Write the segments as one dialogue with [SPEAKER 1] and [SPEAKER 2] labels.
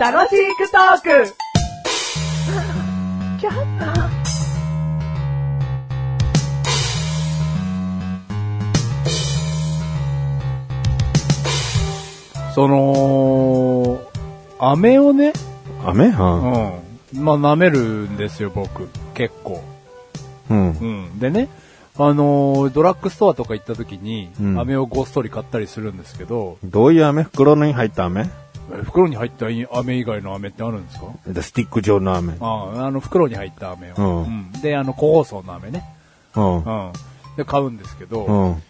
[SPEAKER 1] 楽しくトーク
[SPEAKER 2] その、飴をね、
[SPEAKER 3] 雨は
[SPEAKER 2] うん。まあ、舐めるんですよ、僕。結構。
[SPEAKER 3] うん。
[SPEAKER 2] うん。でね、あのードラッグストアとか行った時に、
[SPEAKER 3] うん
[SPEAKER 2] 飴をごっそり買ったりするんですけど、
[SPEAKER 3] どういう飴袋に入った飴
[SPEAKER 2] え袋に入った飴以外の飴ってあるんですか
[SPEAKER 3] スティック状の飴。
[SPEAKER 2] ああ、あの、袋に入った飴を。
[SPEAKER 3] うん
[SPEAKER 2] んで、あの、個包装の飴ね。
[SPEAKER 3] うん
[SPEAKER 2] う。ん。で、買うんですけど、
[SPEAKER 3] うん。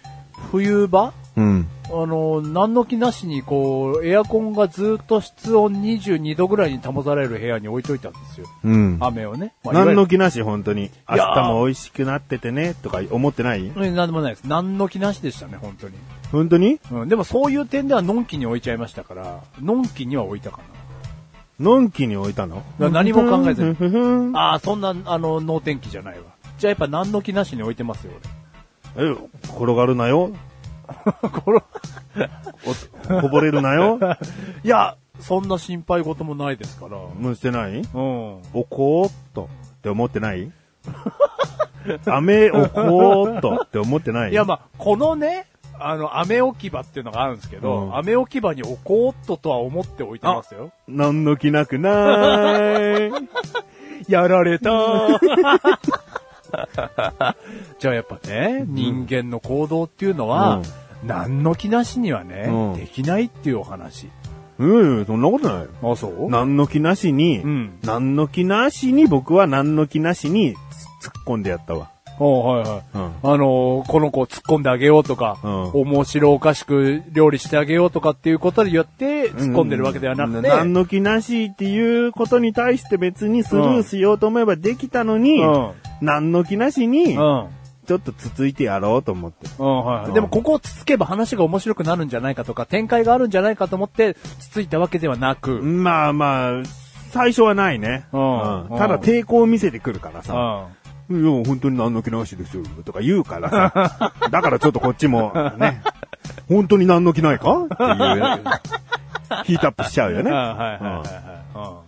[SPEAKER 2] 冬場
[SPEAKER 3] うん。
[SPEAKER 2] あの、何の気なしに、こう、エアコンがずっと室温22度ぐらいに保たれる部屋に置いといたんですよ。
[SPEAKER 3] うん。
[SPEAKER 2] 飴をね。まあ
[SPEAKER 3] 何の
[SPEAKER 2] いわ
[SPEAKER 3] 気なし、本当に。明
[SPEAKER 2] いやー
[SPEAKER 3] 日も美味しくなっててね、とか思ってない
[SPEAKER 2] ゆるえ何でもないです。何の気なしでしたね、本当に。
[SPEAKER 3] 本当に
[SPEAKER 2] うん、でもそういう点ではのんきに置いちゃいましたから、のんきには置いたか
[SPEAKER 3] のんきに置いた
[SPEAKER 2] な。
[SPEAKER 3] の
[SPEAKER 2] だから何も考えずに。
[SPEAKER 3] ふふん
[SPEAKER 2] ああ、そんな、あの、能天気じゃないわ。じゃあやっぱ何の気なしに置いてますよ、
[SPEAKER 3] え、転がるなよ。
[SPEAKER 2] 俺。 これ
[SPEAKER 3] こぼれるなよ。
[SPEAKER 2] いや、そんな心配事もないですから。
[SPEAKER 3] もうしてない
[SPEAKER 2] うん。
[SPEAKER 3] おこーっと。って思ってない飴おこーっと。って思ってない
[SPEAKER 2] いや、まあ、このね、あの、雨置き場っていうのがあるんですけど、
[SPEAKER 3] うん
[SPEAKER 2] 雨置き場に置こうっととは思っておいてますよ。
[SPEAKER 3] 何の気なくなーい。
[SPEAKER 2] やられたじゃあやっぱね、人間の行動っていうのは、何の気なしにはね、
[SPEAKER 3] うん
[SPEAKER 2] できないっていうお話。
[SPEAKER 3] うん、そんなことない。
[SPEAKER 2] あ、そう
[SPEAKER 3] 何の気なしに、
[SPEAKER 2] うん
[SPEAKER 3] 何の気なしに、僕は何の気なしにつ突っ込んでやったわ。
[SPEAKER 2] おはいはい。
[SPEAKER 3] うん
[SPEAKER 2] あのーこの子を突っ込んであげようとか、
[SPEAKER 3] うん
[SPEAKER 2] 面白おかしく料理してあげようとかっていうことで言って、突っ込んでるわけではなくて、
[SPEAKER 3] 何の気なしっていうことに対して別にスルーしようと思えばできたのに、
[SPEAKER 2] うん
[SPEAKER 3] 何の気なしに、ちょ
[SPEAKER 2] うん。
[SPEAKER 3] っとつついてやろうと思って。
[SPEAKER 2] うんはいはいでもここをつつけば話が面白くなるんじゃないかとか、展開があるんじゃないかと思って、つついたわけではなく、
[SPEAKER 3] まあまあ、最初はないね。
[SPEAKER 2] うん
[SPEAKER 3] ただ抵抗を見せてくるから
[SPEAKER 2] うん。
[SPEAKER 3] さ。
[SPEAKER 2] はい
[SPEAKER 3] や、本当に何の気なしですよ、とか言うからさ。 だからちょっとこっちも、ね、本当に何の気ないかっていう、ヒートアップしちゃうよ
[SPEAKER 2] い
[SPEAKER 3] ね。
[SPEAKER 2] はい
[SPEAKER 3] だか
[SPEAKER 2] はいはい。うん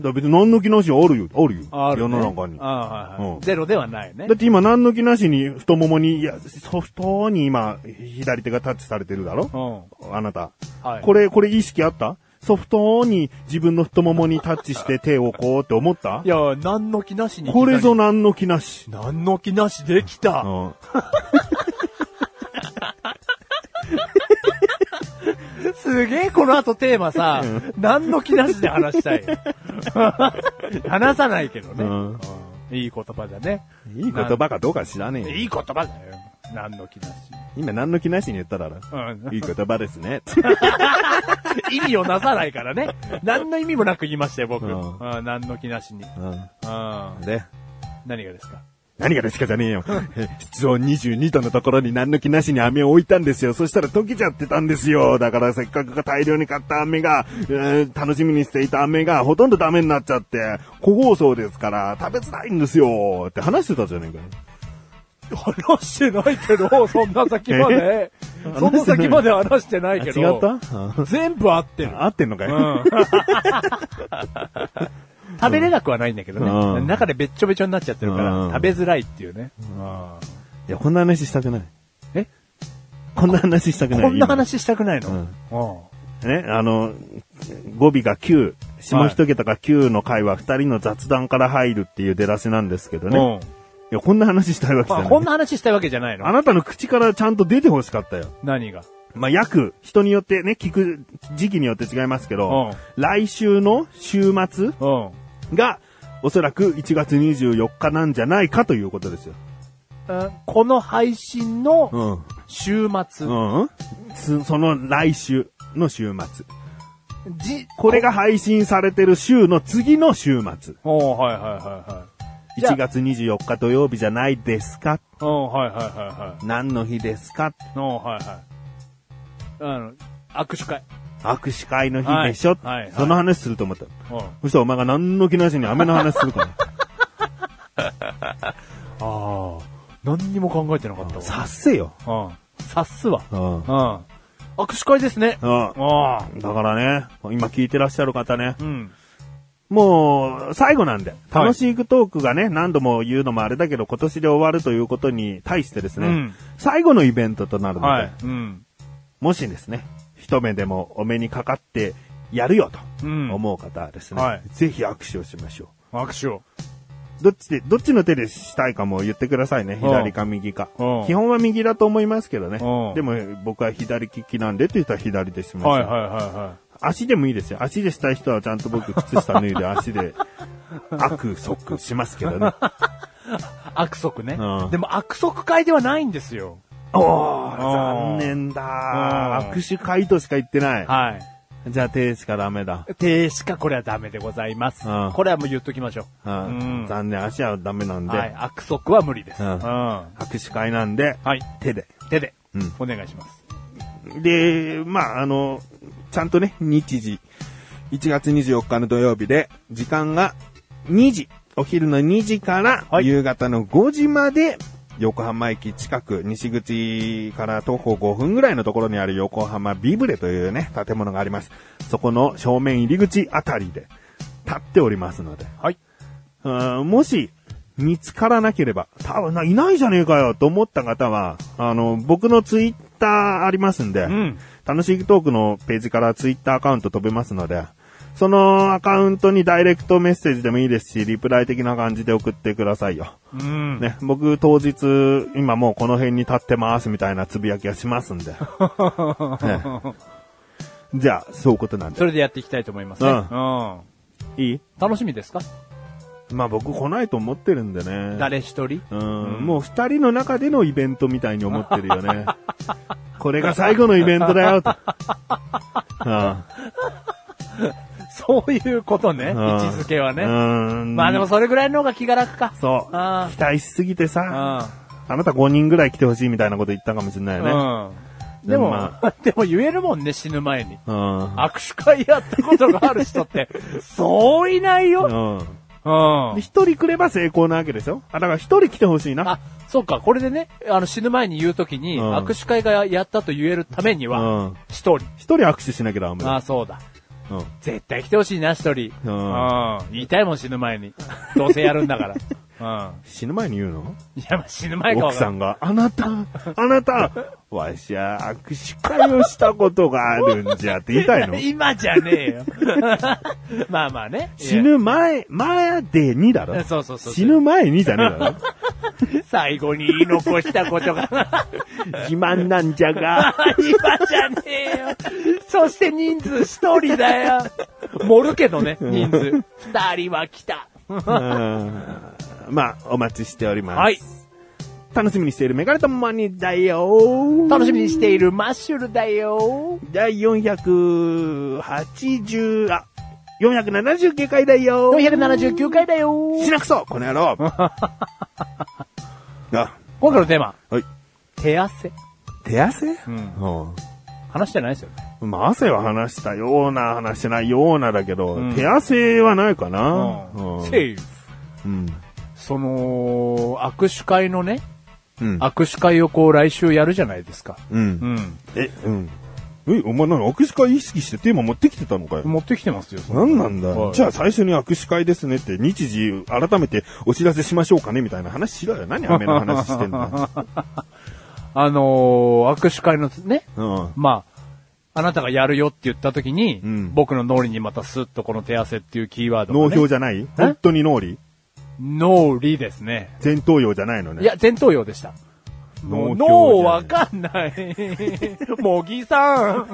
[SPEAKER 3] ら別に何の気なしあるよ、あるよ。
[SPEAKER 2] ある
[SPEAKER 3] 世
[SPEAKER 2] ね
[SPEAKER 3] の中に。
[SPEAKER 2] あはいはい
[SPEAKER 3] うん
[SPEAKER 2] ゼロではないね
[SPEAKER 3] だ。って今何の気なしに太ももに、いや、ソフトに今、左手がタッチされてるだろ
[SPEAKER 2] うん。
[SPEAKER 3] あなた。
[SPEAKER 2] はい。
[SPEAKER 3] これ、これ意識あったソフトに自分の太ももにタッチして手をこうって思った
[SPEAKER 2] いや、何の気なしに。
[SPEAKER 3] これぞ。何の気なし。
[SPEAKER 2] 何の気なしできた。
[SPEAKER 3] うん
[SPEAKER 2] すげえこの後テーマさ、何の気なしで話した い。話さないけどね。
[SPEAKER 3] うん
[SPEAKER 2] うんいい言葉だね。
[SPEAKER 3] いい言葉かどうか知らねえよ
[SPEAKER 2] いい言葉だよ。何の気なし。
[SPEAKER 3] 今何の気なしに言っただろ。
[SPEAKER 2] うん
[SPEAKER 3] いい言葉ですね。
[SPEAKER 2] 意味をなさないからね。何の意味もなく言いましたよ、僕。
[SPEAKER 3] うん
[SPEAKER 2] うん何の気なしに。うん
[SPEAKER 3] うで、
[SPEAKER 2] 何がですか
[SPEAKER 3] 何がですかじゃねえよ。 室温22度のところに何の気なしに飴を置いたんですよ。そしたら溶けちゃってたんですよ。だからせっかく大量に買った飴が、えー楽しみにしていた飴がほとんどダメになっちゃって、個包装ですから食べづらいんですよ。って話してたじゃねえかよ。
[SPEAKER 2] 話してないけど、 そんな先まで。
[SPEAKER 3] え
[SPEAKER 2] その先まで話してないけど。
[SPEAKER 3] あ違った
[SPEAKER 2] 全部合ってる。
[SPEAKER 3] 合ってんのかよ。
[SPEAKER 2] 食べれなくはないんだけど
[SPEAKER 3] う
[SPEAKER 2] ね。
[SPEAKER 3] ん
[SPEAKER 2] 中でべっちょべちょになっちゃってるか
[SPEAKER 3] う
[SPEAKER 2] ら
[SPEAKER 3] ん、
[SPEAKER 2] 食べづらいっていうね。
[SPEAKER 3] いや、こんな話したくない。
[SPEAKER 2] え
[SPEAKER 3] こんな話したくない。
[SPEAKER 2] こんな話したくないの
[SPEAKER 3] うん
[SPEAKER 2] う
[SPEAKER 3] ね、あの、語尾が9、下一桁が9の回は二人の雑談から入るっていう出だしなんですけど
[SPEAKER 2] ん。う
[SPEAKER 3] ね。
[SPEAKER 2] ん。
[SPEAKER 3] いや、こんな話したいわけじゃ
[SPEAKER 2] ま
[SPEAKER 3] な
[SPEAKER 2] あ
[SPEAKER 3] い。
[SPEAKER 2] こんな話したいわけじゃない
[SPEAKER 3] あ
[SPEAKER 2] の
[SPEAKER 3] なたの口からちゃんと出てほしかったよ。
[SPEAKER 2] 何が
[SPEAKER 3] まあ、約、人によってね、聞く時期によって違いますけど、来週の週末
[SPEAKER 2] うん。
[SPEAKER 3] が、おそらく1月24日なんじゃないかということですよ。
[SPEAKER 2] うんこの配信の
[SPEAKER 3] ん。
[SPEAKER 2] 週末。
[SPEAKER 3] うん、つその来週の週末。
[SPEAKER 2] じ、
[SPEAKER 3] これが配信されてる週の次の週末。
[SPEAKER 2] おはいはいはいはい。じゃあ
[SPEAKER 3] 1月24日土曜日じゃないですか
[SPEAKER 2] おはいはいはいはい。
[SPEAKER 3] 何の日ですか
[SPEAKER 2] おはいはい。あの、握手会。
[SPEAKER 3] 握手会の日でしょ、
[SPEAKER 2] はいはいはい
[SPEAKER 3] その話すると思った。
[SPEAKER 2] うん。
[SPEAKER 3] そしたらお前が何の気なしに雨の話する から。
[SPEAKER 2] ああ、何にも考えてなかったわ。
[SPEAKER 3] さっせよ。
[SPEAKER 2] うん。察すわ。
[SPEAKER 3] うん
[SPEAKER 2] うん。握手会ですね。
[SPEAKER 3] うん。
[SPEAKER 2] ああ。
[SPEAKER 3] だからね、今聞いてらっしゃる方ね、
[SPEAKER 2] うん。
[SPEAKER 3] もう、最後なんで、
[SPEAKER 2] はい
[SPEAKER 3] 楽しいトークがね、何度も言うのもあれだけど、今年で終わるということに対してですね、
[SPEAKER 2] うん
[SPEAKER 3] 最後のイベントとなるので、
[SPEAKER 2] はい。うん。
[SPEAKER 3] もしですね、一目でもお目にかかってやるよと
[SPEAKER 2] うん
[SPEAKER 3] 思う方はですね、
[SPEAKER 2] はい
[SPEAKER 3] ぜひ握手をしましょ
[SPEAKER 2] 握手を。
[SPEAKER 3] う。どっちで、どっちの手でしたいかも言ってくださいね。
[SPEAKER 2] うん
[SPEAKER 3] 左か右か
[SPEAKER 2] うん。
[SPEAKER 3] 基本は右だと思いますけどね
[SPEAKER 2] うん。
[SPEAKER 3] でも僕は左利きなんでって言ったら左でしましょう。
[SPEAKER 2] はいはいは
[SPEAKER 3] 足でもいいですよ。足でしたい人はちゃんと僕、靴下脱いで足 で、悪、即しますけどね。
[SPEAKER 2] いはい。悪足ね
[SPEAKER 3] うん。
[SPEAKER 2] でも悪足会ではないんですよ。
[SPEAKER 3] おー、残念
[SPEAKER 2] う
[SPEAKER 3] だ
[SPEAKER 2] ん
[SPEAKER 3] ー。握手会としか言ってない。
[SPEAKER 2] は
[SPEAKER 3] じゃあ手しかダメだ。
[SPEAKER 2] い。手しかこれはダメでございます
[SPEAKER 3] うん。
[SPEAKER 2] これはもう言っときましょ
[SPEAKER 3] う
[SPEAKER 2] う。
[SPEAKER 3] ん
[SPEAKER 2] うん
[SPEAKER 3] 残念、足はダメなんで、
[SPEAKER 2] はい。悪足は無理です。
[SPEAKER 3] うん
[SPEAKER 2] は
[SPEAKER 3] 握手会なんで、
[SPEAKER 2] い。
[SPEAKER 3] 手で。
[SPEAKER 2] 手で
[SPEAKER 3] うん。
[SPEAKER 2] お願いします。
[SPEAKER 3] で、まあ、あの、ちゃんとね、日時。1月24日の土曜日で、時間が2時、お昼の2時から、
[SPEAKER 2] はい
[SPEAKER 3] 夕方の5時まで、横浜駅近く、西口から徒歩5分ぐらいのところにある横浜ビブレというね、建物があります。そこの正面入り口あたりで、立っておりますので。
[SPEAKER 2] はい。
[SPEAKER 3] うんもし、見つからなければ、多分な、いないじゃねえかよと思った方は、あの、僕のツイッターありますんで、
[SPEAKER 2] うん。
[SPEAKER 3] 楽しいトークのページからツイッターアカウント飛べますので、そのアカウントにダイレクトメッセージでもいいですし、リプライ的な感じで送ってくださいよ。
[SPEAKER 2] うん。
[SPEAKER 3] ね、僕当日、今もうこの辺に立ってますみたいなつぶやきはします んで。ねじゃあ、そういうことなん で
[SPEAKER 2] そ。れでやっていきたいと思いますね。
[SPEAKER 3] う
[SPEAKER 2] うんん。
[SPEAKER 3] いい
[SPEAKER 2] 楽しみですか
[SPEAKER 3] まあ僕来ないと思ってるんでね。
[SPEAKER 2] 誰一人
[SPEAKER 3] うん、もう二人の中でのイベントみたいに思ってるよ ね。これが最後のイベントだ よと。うん
[SPEAKER 2] そういうことね。位
[SPEAKER 3] う
[SPEAKER 2] 置
[SPEAKER 3] ん
[SPEAKER 2] づけはね
[SPEAKER 3] う。ん
[SPEAKER 2] まあでもそれぐらいの方が気が楽か。
[SPEAKER 3] そう。
[SPEAKER 2] あ
[SPEAKER 3] 期待しすぎてさ、
[SPEAKER 2] あ。
[SPEAKER 3] あなた5人ぐらい来てほしいみたいなこと言ったかもしれないよ
[SPEAKER 2] うん。
[SPEAKER 3] ね。
[SPEAKER 2] でも、
[SPEAKER 3] ま
[SPEAKER 2] でも言えるもんね、死ぬ前に。
[SPEAKER 3] うん。
[SPEAKER 2] 握手会やったことがある人 って、そういないよ。
[SPEAKER 3] うん。
[SPEAKER 2] うん。
[SPEAKER 3] で、一人来れば成功なわけでしょあ、だから一人来てほしいな。
[SPEAKER 2] あ、そうか、これでね、あの死ぬ前に言うときに、
[SPEAKER 3] うん
[SPEAKER 2] 握手会がやったと言えるためには、
[SPEAKER 3] うん。
[SPEAKER 2] 一人。
[SPEAKER 3] 一人握手しなきゃダメ
[SPEAKER 2] あ
[SPEAKER 3] だ。
[SPEAKER 2] あ、そうだ。
[SPEAKER 3] うん。
[SPEAKER 2] 絶対来てほしいな、一人。
[SPEAKER 3] うん
[SPEAKER 2] うん。言いたいもん、死ぬ前に。どうせやるんだから。うん。
[SPEAKER 3] 死ぬ前に言うの
[SPEAKER 2] いや、まあ死ぬ前かわ
[SPEAKER 3] 奥
[SPEAKER 2] か
[SPEAKER 3] さ
[SPEAKER 2] んない
[SPEAKER 3] んが、あなた、あなた、わしは握手会をしたことがあるんじゃって言いた いの
[SPEAKER 2] 今じゃねえよ。 まあまあね。
[SPEAKER 3] 死ぬ前、前でにだ
[SPEAKER 2] いや。
[SPEAKER 3] ろ
[SPEAKER 2] そうそうそう。
[SPEAKER 3] 死ぬ前にじゃねえだ ろ
[SPEAKER 2] 最後に言い残したことが。
[SPEAKER 3] 自慢なんじ ゃが。
[SPEAKER 2] 今じゃねえよ。そして人数一人だよ。盛るけどね、人数。二人は来た。
[SPEAKER 3] うんまあ、お待ちしております。
[SPEAKER 2] はい。
[SPEAKER 3] 楽しみにしているメガネとマニだよ
[SPEAKER 2] 楽しみにしているマッシュルだよ。
[SPEAKER 3] 第480、あ、479回だよ
[SPEAKER 2] 479回だよ。
[SPEAKER 3] しなくそこの野 郎あ、
[SPEAKER 2] 今回のテーマ、
[SPEAKER 3] はい。
[SPEAKER 2] 手汗。
[SPEAKER 3] 手汗
[SPEAKER 2] うん。
[SPEAKER 3] うん
[SPEAKER 2] 話してないですよね。
[SPEAKER 3] まあ、汗は話したような、話してないようなだけど、
[SPEAKER 2] うん
[SPEAKER 3] 手汗はないかな。うん
[SPEAKER 2] セーフ。
[SPEAKER 3] うん。
[SPEAKER 2] その、握手会のね、
[SPEAKER 3] うん。
[SPEAKER 2] 握手会をこう来週やるじゃないですか。
[SPEAKER 3] うん。
[SPEAKER 2] ん。
[SPEAKER 3] え、うん。え、お前何握手会意識してテーマ持ってきてたのかよ。
[SPEAKER 2] 持ってきてますよ。そ
[SPEAKER 3] なんなんだ、
[SPEAKER 2] はい
[SPEAKER 3] じゃあ最初に握手会ですねって日時改めてお知らせしましょうかねみたいな話しろよ。何雨の話してん だ。
[SPEAKER 2] あのー握手会のね、
[SPEAKER 3] うん。
[SPEAKER 2] まあ、あなたがやるよって言った時に、
[SPEAKER 3] うん
[SPEAKER 2] 僕の脳裏にまたスッとこの手汗っていうキーワード
[SPEAKER 3] 農
[SPEAKER 2] が、ね。
[SPEAKER 3] 業じゃない本当に脳裏
[SPEAKER 2] 脳裏ですね。
[SPEAKER 3] 前頭葉じゃないのね。
[SPEAKER 2] いや、前頭葉でした。もう
[SPEAKER 3] 農業
[SPEAKER 2] 脳
[SPEAKER 3] じゃない
[SPEAKER 2] わかんな い。茂木さん。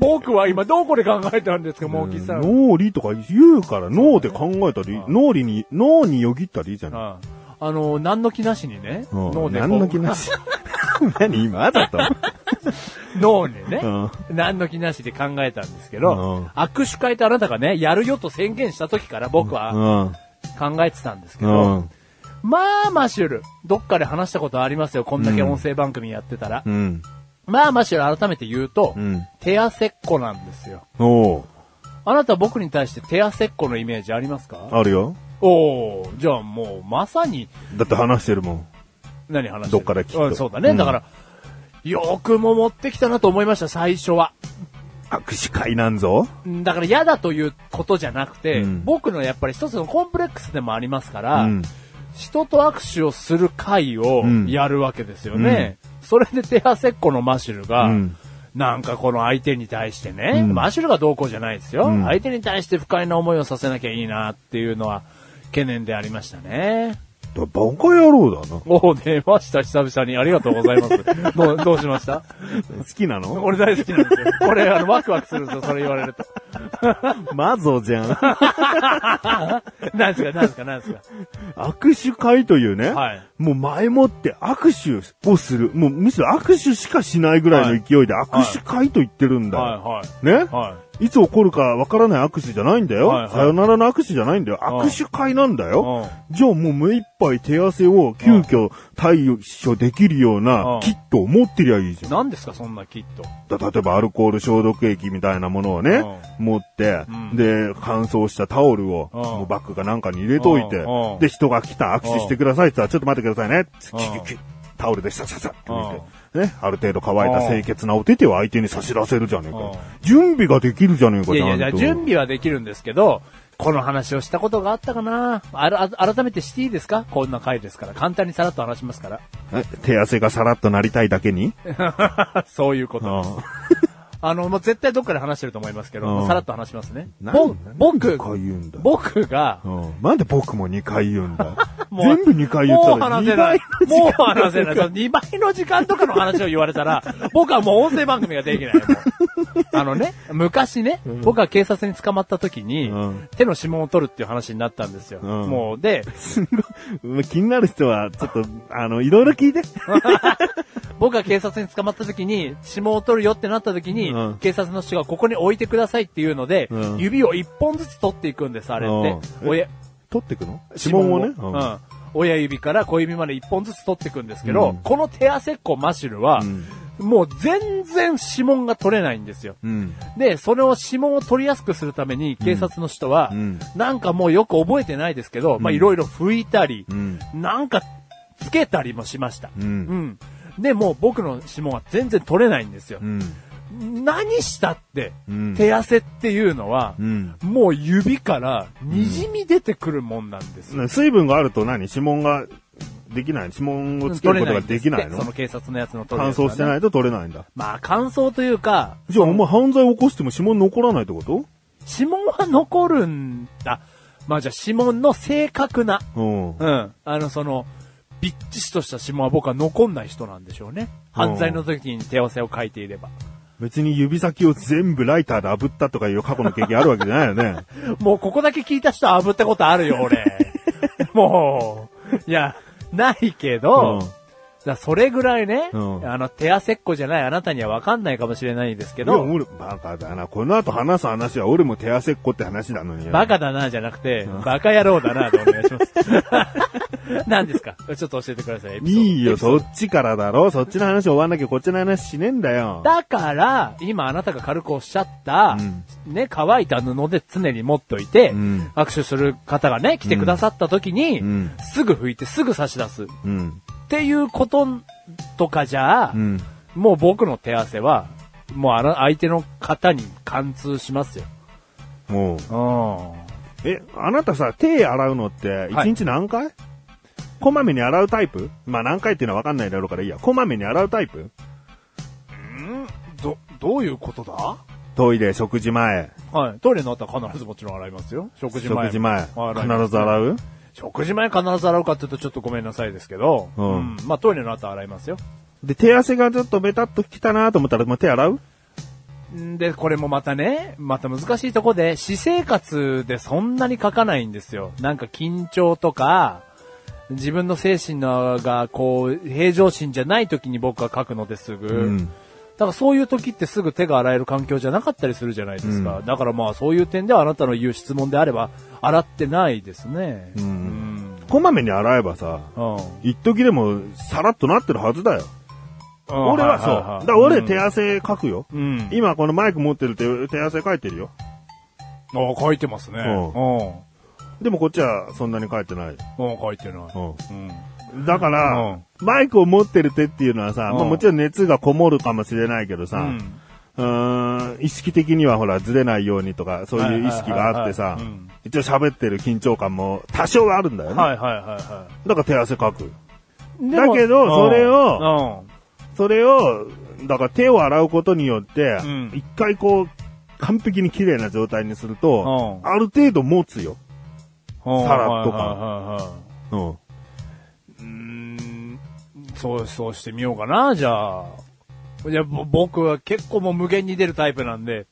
[SPEAKER 2] 僕は今どこで考えたんですか、茂木さん。
[SPEAKER 3] 脳裏とか言うから脳で考えたり、
[SPEAKER 2] うん
[SPEAKER 3] 脳裏に、脳によぎったりいいじゃない。
[SPEAKER 2] ああのー、何の気なしにね、
[SPEAKER 3] うん
[SPEAKER 2] 脳でこう
[SPEAKER 3] 何の気なし。何今あざと
[SPEAKER 2] 脳でね、
[SPEAKER 3] う
[SPEAKER 2] 何の気なしで考えたんですけ
[SPEAKER 3] うん
[SPEAKER 2] ど、握手会ってあなたがね、やるよと宣言した時から僕は
[SPEAKER 3] うん。
[SPEAKER 2] 考えてたんですけ
[SPEAKER 3] う
[SPEAKER 2] ど、
[SPEAKER 3] ん。
[SPEAKER 2] まあ、マシュル、どっかで話したことありますよ、こんだけ音声番組やってたら。
[SPEAKER 3] うん。
[SPEAKER 2] まあ、マシュル、改めて言うと、
[SPEAKER 3] うん。
[SPEAKER 2] 手汗っ子なんですよ。
[SPEAKER 3] おう
[SPEAKER 2] あなた僕に対して手汗っ子のイメージありますか
[SPEAKER 3] あるよ。
[SPEAKER 2] おおじゃあもう、まさに、
[SPEAKER 3] だって話してるもん。
[SPEAKER 2] 何話してる
[SPEAKER 3] どっからきっと
[SPEAKER 2] うんそうだね、
[SPEAKER 3] うん
[SPEAKER 2] だから、よくも持ってきたなと思いました、最初は。
[SPEAKER 3] 握手会なんぞ。
[SPEAKER 2] うんだから嫌だということじゃなくて、
[SPEAKER 3] うん
[SPEAKER 2] 僕のやっぱり一つのコンプレックスでもありますか
[SPEAKER 3] う
[SPEAKER 2] ら、
[SPEAKER 3] ん。
[SPEAKER 2] 人と握手をする会を
[SPEAKER 3] うん
[SPEAKER 2] やるわけですよね。それで手汗っこのマシュルが、
[SPEAKER 3] うん
[SPEAKER 2] なんかこの相手に対してね、
[SPEAKER 3] うん
[SPEAKER 2] マシュルがどうこうじゃないですよ、
[SPEAKER 3] うん
[SPEAKER 2] 相手に対して不快な思いをさせなきゃいいなっていうのは懸念でありましたね。
[SPEAKER 3] バカ野郎だな。
[SPEAKER 2] おお、出ました、久々に。ありがとうございます。どう、どうしました
[SPEAKER 3] 好きなの
[SPEAKER 2] 俺大好きなんですよ。これ、あの、ワクワクするんですよ、それ言われると。
[SPEAKER 3] マゾじ ゃん。
[SPEAKER 2] なんですか、なんですか、なんですか。
[SPEAKER 3] 握手会というね。
[SPEAKER 2] はい
[SPEAKER 3] もう前もって握手をする。もうむしろ握手しかしないぐらいの勢いで握手会と言ってるんだ。
[SPEAKER 2] は
[SPEAKER 3] ね
[SPEAKER 2] い、はい。はい
[SPEAKER 3] いつ起こるかわからない握手じゃないんだよ。
[SPEAKER 2] はいはい
[SPEAKER 3] さよならの握手じゃないんだよ。
[SPEAKER 2] うん
[SPEAKER 3] 握手会なんだよ。
[SPEAKER 2] うん
[SPEAKER 3] じゃあもう目いっぱい手汗を急遽対処できるよう
[SPEAKER 2] う
[SPEAKER 3] なんキットを持ってりゃいいじゃん。
[SPEAKER 2] 何ですか、そんなキット。
[SPEAKER 3] だ例えばアルコール消毒液みたいなものをね、持って、
[SPEAKER 2] うん
[SPEAKER 3] で、乾燥したタオルを、
[SPEAKER 2] うん
[SPEAKER 3] もうバッグかなんかに入れといて、
[SPEAKER 2] うんうん
[SPEAKER 3] で、人が来た握手してくださいって言ったら、ちょっと待ってくださいね。キ
[SPEAKER 2] うん
[SPEAKER 3] ュキュキュタオルでシャシャシャって抜いて、ね、ある程度乾いた清潔なお手手を相手に差し出せるじゃねえ
[SPEAKER 2] うん
[SPEAKER 3] か。準備ができるじゃねえか、
[SPEAKER 2] い
[SPEAKER 3] ちゃんと。
[SPEAKER 2] やいや、準備はできるんですけど、この話をしたことがあったかなあら、あ改めてしていいですかこんな回ですから。簡単にさらっと話しますから。
[SPEAKER 3] え手汗がさらっとなりたいだけに
[SPEAKER 2] そういうこと。あの、もう絶対どっかで話してると思いますけ
[SPEAKER 3] う
[SPEAKER 2] ど、
[SPEAKER 3] ん
[SPEAKER 2] さらっと話しますね。
[SPEAKER 3] なん
[SPEAKER 2] ぼ僕
[SPEAKER 3] なんで二回言うんだ、
[SPEAKER 2] 僕が、
[SPEAKER 3] うんなんで僕も2回言うんだ
[SPEAKER 2] もう
[SPEAKER 3] 全部2回言った
[SPEAKER 2] もう
[SPEAKER 3] ら
[SPEAKER 2] 話
[SPEAKER 3] 2
[SPEAKER 2] せな
[SPEAKER 3] 倍
[SPEAKER 2] い。もう話せない。その2倍の時間とかの話を言われた ら、僕はもう音声番組ができない。もうあのね、昔ね、僕は警察に捕まった時に、
[SPEAKER 3] うん
[SPEAKER 2] 手の指紋を取るっていう話になったんですよ。
[SPEAKER 3] うん
[SPEAKER 2] もう、で、
[SPEAKER 3] すごい 気になる人は、ちょっと、あの、いろいろ聞いて。
[SPEAKER 2] 僕が警察に捕まった時に、指紋を取るよってなった時に、
[SPEAKER 3] うん
[SPEAKER 2] 警察の人がここに置いてくださいっていうので、
[SPEAKER 3] うん
[SPEAKER 2] 指を一本ずつ取っていくんです、あれって。
[SPEAKER 3] うん
[SPEAKER 2] 親
[SPEAKER 3] 取ってくの指紋をね。
[SPEAKER 2] 指うん。親指から小指まで一本ずつ取っていくんですけど、
[SPEAKER 3] うん
[SPEAKER 2] この手汗っこマシュルは、
[SPEAKER 3] ん
[SPEAKER 2] もう全然指紋が取れないんですよ。
[SPEAKER 3] うん。
[SPEAKER 2] で、それを指紋を取りやすくするために警察の人は、
[SPEAKER 3] うんうん
[SPEAKER 2] なんかもうよく覚えてないですけど、まあいろいろ拭いたり、
[SPEAKER 3] うん
[SPEAKER 2] なんかつけたりもしました。
[SPEAKER 3] うん
[SPEAKER 2] うんで、もう僕の指紋は全然取れないんですよ
[SPEAKER 3] う。ん。
[SPEAKER 2] 何したって、
[SPEAKER 3] うん
[SPEAKER 2] 手汗っていうのは、
[SPEAKER 3] うん。
[SPEAKER 2] もう指から滲み出てくるもんなんですよ
[SPEAKER 3] ね水分があると何指紋ができない指紋をつけることができないの
[SPEAKER 2] その警察のやつの取る
[SPEAKER 3] 乾
[SPEAKER 2] やつはね
[SPEAKER 3] 燥してないと取れないんだ。
[SPEAKER 2] まあ乾燥というか、
[SPEAKER 3] じゃあ、お前犯罪起こしても指紋残らないってこと
[SPEAKER 2] 指紋は残るんだ。まあじゃあ指紋の正確な、
[SPEAKER 3] うん。
[SPEAKER 2] うん。あのその、びっちしとした指紋は僕は残んない人なんでしょうね。犯罪の時に手合わせを書いていれば。
[SPEAKER 3] 別に指先を全部ライターで炙ったとかいう過去の経験あるわけじゃないよね。
[SPEAKER 2] もうここだけ聞いた人は炙ったことある よ、俺。もう、いや、ないけど、
[SPEAKER 3] うん
[SPEAKER 2] だからそれぐらいね、
[SPEAKER 3] うん
[SPEAKER 2] あの、手汗っこじゃないあなたにはわかんないかもしれないですけ
[SPEAKER 3] いや、
[SPEAKER 2] ど、
[SPEAKER 3] 俺、バカだな。この後話す話は俺も手汗っこって話なのに。
[SPEAKER 2] バカだなじゃなくて、バカ野郎だなでお願いします。 何ですかちょっと教えてください。エピソード
[SPEAKER 3] いいよ、
[SPEAKER 2] エピソー
[SPEAKER 3] そっちからだろ。そっちの話終わんなきゃこっちの話しねえんだよ
[SPEAKER 2] ド。だから、今あなたが軽くおっしゃった、
[SPEAKER 3] うん
[SPEAKER 2] ね、乾いた布で常に持っといて、
[SPEAKER 3] うん
[SPEAKER 2] 握手する方がね、来てくださった時に、
[SPEAKER 3] うん
[SPEAKER 2] すぐ拭いてすぐ差し出す。っ
[SPEAKER 3] うん。
[SPEAKER 2] ていうこととかじゃあ、
[SPEAKER 3] うん。
[SPEAKER 2] もう僕の手汗は、もうあの相手の方に貫通しますよ。
[SPEAKER 3] も
[SPEAKER 2] う
[SPEAKER 3] う。
[SPEAKER 2] ん。
[SPEAKER 3] え、あなたさ、手洗うのって、一
[SPEAKER 2] はい
[SPEAKER 3] 日何回、こまめに洗うタイプまあ何回っていうのは分かんないだろうからいいや。こまめに洗うタイプ
[SPEAKER 2] ど、どういうことだ
[SPEAKER 3] トイレ、食事前、
[SPEAKER 2] はい。トイレの後は必ずもちろん洗いますよ。食事前も。
[SPEAKER 3] 食事前、
[SPEAKER 2] はい
[SPEAKER 3] 必ず洗う
[SPEAKER 2] 食事前必ず洗うかっていうとちょっとごめんなさいですけど、
[SPEAKER 3] うん
[SPEAKER 2] まあトイレの後は洗いますよ。
[SPEAKER 3] で、手汗がちょっとベタっときたなと思ったら、もう手洗うん
[SPEAKER 2] で、これもまたね、また難しいとこで、私生活でそんなに書かないんですよ。なんか緊張とか、自分の精神のが、こう、平常心じゃない時に僕は書くのですぐ。
[SPEAKER 3] うん
[SPEAKER 2] だからそういう時ってすぐ手が洗える環境じゃなかったりするじゃないですか。だからまあそういう点ではあなたの言う質問であれば、洗ってないですね。うん
[SPEAKER 3] こまめに洗えばさ、
[SPEAKER 2] うん
[SPEAKER 3] 一時でもさらっとなってるはずだよ。俺はそう。だから俺手汗かくよ。
[SPEAKER 2] うん。うん、
[SPEAKER 3] 今このマイク持ってるって手汗かいてるよ。
[SPEAKER 2] あ書いてますね。
[SPEAKER 3] う
[SPEAKER 2] うん。
[SPEAKER 3] でもこっちはそんなにかいてない。
[SPEAKER 2] うん、書いてない。
[SPEAKER 3] うん
[SPEAKER 2] うん。
[SPEAKER 3] だから、
[SPEAKER 2] うん
[SPEAKER 3] マイクを持ってる手っていうのはさ、
[SPEAKER 2] うん
[SPEAKER 3] まあ、もちろん熱がこもるかもしれないけどさ、
[SPEAKER 2] うん
[SPEAKER 3] うーん意識的にはほら、ずれないようにとか、そういう意識があって
[SPEAKER 2] はいは
[SPEAKER 3] さ
[SPEAKER 2] いはいはいうん、
[SPEAKER 3] 一応喋ってる緊張感も多少はあるんだよね。
[SPEAKER 2] はいはいはいは
[SPEAKER 3] だから手汗かく。
[SPEAKER 2] い。
[SPEAKER 3] だけど
[SPEAKER 2] うん
[SPEAKER 3] それを、それを、だから手を洗うことによって
[SPEAKER 2] うん、
[SPEAKER 3] 一回こう、完璧に綺麗な状態にすると、
[SPEAKER 2] う
[SPEAKER 3] ある程度持つよ。
[SPEAKER 2] うん、
[SPEAKER 3] さらっとか
[SPEAKER 2] か。
[SPEAKER 3] うん。
[SPEAKER 2] うーん、そう、そうしてみようかな、じゃあ。いや、ぼ僕は結構もう無限に出るタイプなんで、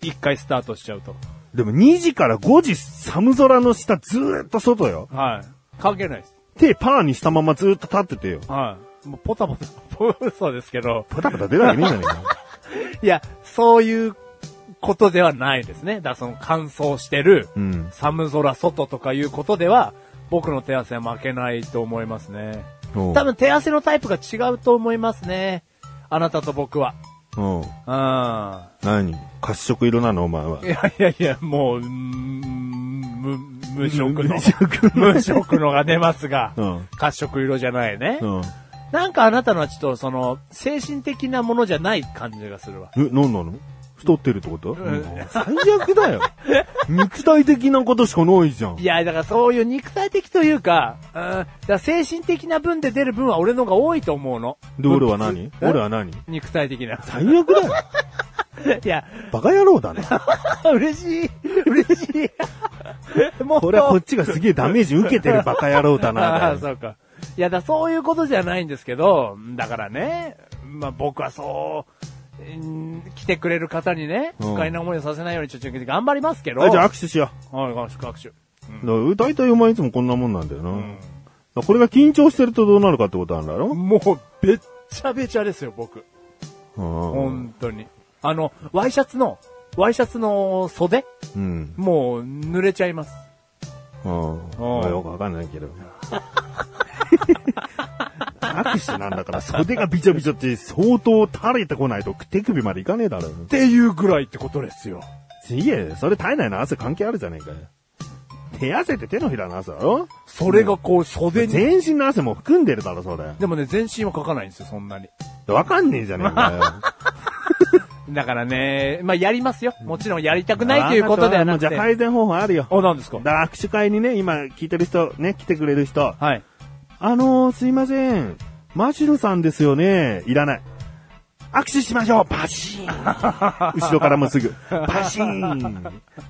[SPEAKER 2] 一回スタートしちゃうと。
[SPEAKER 3] でも2時から5時寒空の下ずーっと外よ。
[SPEAKER 2] はい。関係ないです。
[SPEAKER 3] 手パーにしたままずーっと立っててよ。
[SPEAKER 2] はい。もうポタポタ、 ポそうですけど、
[SPEAKER 3] パタパタ出ないねえじゃねえか。
[SPEAKER 2] いや、そういうことではないですね。だからその乾燥してる、
[SPEAKER 3] うん。
[SPEAKER 2] 寒空外とかいうことでは、僕の手汗は負けないと思いますね。
[SPEAKER 3] 多
[SPEAKER 2] 多分手汗のタイプが違うと思いますね。あなたと僕は。
[SPEAKER 3] うん。
[SPEAKER 2] うん。。
[SPEAKER 3] 何褐色色なのお前はい
[SPEAKER 2] やいやいや、もう、うーん無、無色の。
[SPEAKER 3] 無色
[SPEAKER 2] 無色のが出ますが、
[SPEAKER 3] うん
[SPEAKER 2] 褐色色じゃないね、
[SPEAKER 3] うん。え、
[SPEAKER 2] なんかあなたのはちょっと、その、精神的なものじゃない感じがするわ。
[SPEAKER 3] 何なの太ってるってこと、
[SPEAKER 2] ん
[SPEAKER 3] 最悪だよ。肉体的なことしかないじゃん
[SPEAKER 2] い。や、だからそういう肉体的というか、うん、だから精神的な分で出る分は俺のが多いと思うの。
[SPEAKER 3] で、俺は何
[SPEAKER 2] え
[SPEAKER 3] 俺は何
[SPEAKER 2] 肉体的な。
[SPEAKER 3] 最悪だよ。
[SPEAKER 2] いや、
[SPEAKER 3] バカ野郎だね。
[SPEAKER 2] 嬉しい。嬉しい。もう、
[SPEAKER 3] これはこっちがすげえダメージ受けてるバカ野郎だな。だ
[SPEAKER 2] あ
[SPEAKER 3] よ
[SPEAKER 2] あ、そうか。いや、だそういうことじゃないんですけど、だからね、まあ僕はそう、うん来てくれる方にね、
[SPEAKER 3] うん
[SPEAKER 2] 不快な思いをさせないようにちょちょ頑張りますけど。
[SPEAKER 3] あじゃあ握手しよ
[SPEAKER 2] はい、握手、握手。
[SPEAKER 3] う。だい大体お前いつもこんなもんなんだよな。
[SPEAKER 2] うん
[SPEAKER 3] だからこれが緊張してるとどうなるかってことなんだろ
[SPEAKER 2] もう、べっちゃべちゃですよ、僕。
[SPEAKER 3] うん。
[SPEAKER 2] 本当に。あの、ワイシャツの、ワイシャツの袖
[SPEAKER 3] うん。
[SPEAKER 2] もう、濡れちゃいます。
[SPEAKER 3] うん。まあよくわかんないけど。握手なんだから袖がびちょびちょって相当垂れてこないと手首までいかねえだろ。
[SPEAKER 2] っていうぐらいってことですよ。
[SPEAKER 3] いえ、それ体内の汗関係あるじゃねえかよ。手汗って手のひらの汗だろ
[SPEAKER 2] それがこう、袖に。
[SPEAKER 3] 全身の汗も含んでるだろ、それ。
[SPEAKER 2] でもね、全身は描かないんですよ、そんなに。
[SPEAKER 3] わかんねえじゃねえかよ。
[SPEAKER 2] だからね、まあ、やりますよ。もちろんやりたくないということではなく
[SPEAKER 3] もうじ
[SPEAKER 2] て。
[SPEAKER 3] ゃあ改善方法あるよ。
[SPEAKER 2] お、なんですか
[SPEAKER 3] だから握手会にね、今聞いてる人、ね、来てくれる人、
[SPEAKER 2] はい。
[SPEAKER 3] あのー、すいません。マシロさんですよね。いらない。握手しましょうバシ ーン後ろからもすぐ。バシーン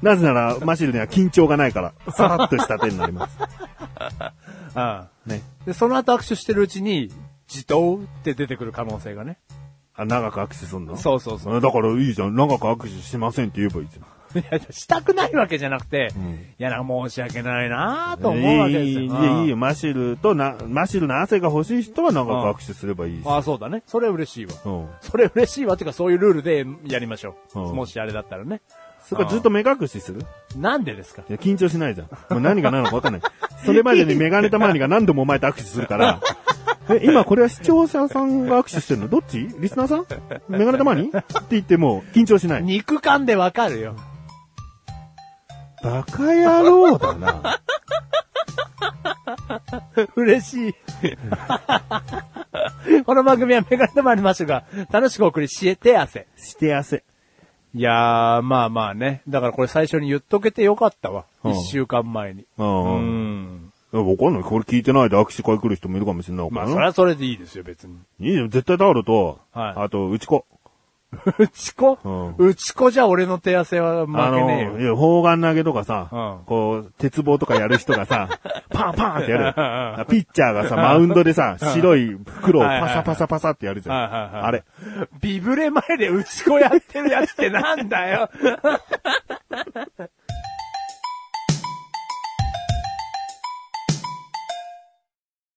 [SPEAKER 3] なぜなら、マシルには緊張がないから、さらっとした手になります。
[SPEAKER 2] うん。
[SPEAKER 3] ね。
[SPEAKER 2] で、その後握手してるうちに、自動って出てくる可能性がね。
[SPEAKER 3] あ、長く握手すんの
[SPEAKER 2] そうそうそう。
[SPEAKER 3] う。だからいいじゃん。長く握手しませんって言えばいいじゃ
[SPEAKER 2] いや、したくないわけじゃなくて、
[SPEAKER 3] ん
[SPEAKER 2] いや、なんか申し訳ないなぁと
[SPEAKER 3] ん。
[SPEAKER 2] 思うわけですよ。
[SPEAKER 3] いいいい
[SPEAKER 2] うん
[SPEAKER 3] いいよ。マシルとな、マシルの汗が欲しい人は長く握手すればいいし。
[SPEAKER 2] ああ、そうだね。それ嬉しいわ。
[SPEAKER 3] うん。
[SPEAKER 2] それ嬉しいわ。てか、そういうルールでやりましょう。
[SPEAKER 3] うん
[SPEAKER 2] もしあれだったらね。
[SPEAKER 3] それからずっと目隠しする
[SPEAKER 2] なんでですか
[SPEAKER 3] いや、緊張しないじゃん。もう何が何のか分かんない。それまでにメガネたまわりが何度もお前と握手するから。え、今これは視聴者さんが握手してるのどっちリスナーさんメガネたまわりって言っても緊張しない。
[SPEAKER 2] 肉感でわかるよ。
[SPEAKER 3] バカ野郎だな。
[SPEAKER 2] 嬉し い。この番組はメガネともありましたが、楽しくお送りしえて汗。
[SPEAKER 3] して汗。
[SPEAKER 2] いやー、まあまあね。だからこれ最初に言っとけてよかったわ。一、
[SPEAKER 3] うん
[SPEAKER 2] 週間前に。
[SPEAKER 3] う。
[SPEAKER 2] うんん。
[SPEAKER 3] わかんない。これ聞いてないで握手会来る人もいるかもしれないか
[SPEAKER 2] ま
[SPEAKER 3] ら
[SPEAKER 2] あ、
[SPEAKER 3] な。
[SPEAKER 2] それはそれでいいですよ、別に。
[SPEAKER 3] いいよ。絶対タオルと、
[SPEAKER 2] はい
[SPEAKER 3] あと、うちこ。
[SPEAKER 2] うちこ、
[SPEAKER 3] う
[SPEAKER 2] うちこじゃ俺の手汗は負
[SPEAKER 3] あ
[SPEAKER 2] けねえ
[SPEAKER 3] の、いや砲丸投げとかさ、
[SPEAKER 2] うん
[SPEAKER 3] こう、鉄棒とかやる人 がさ、パンパンってやる。
[SPEAKER 2] うん
[SPEAKER 3] あピッチャーがさ、マウンドでさ、白い袋をパサパサパサってやるじゃん。
[SPEAKER 2] はいはいはい
[SPEAKER 3] あれ。
[SPEAKER 2] よ。ビブレ前でうちこやってるやつってなんだよ。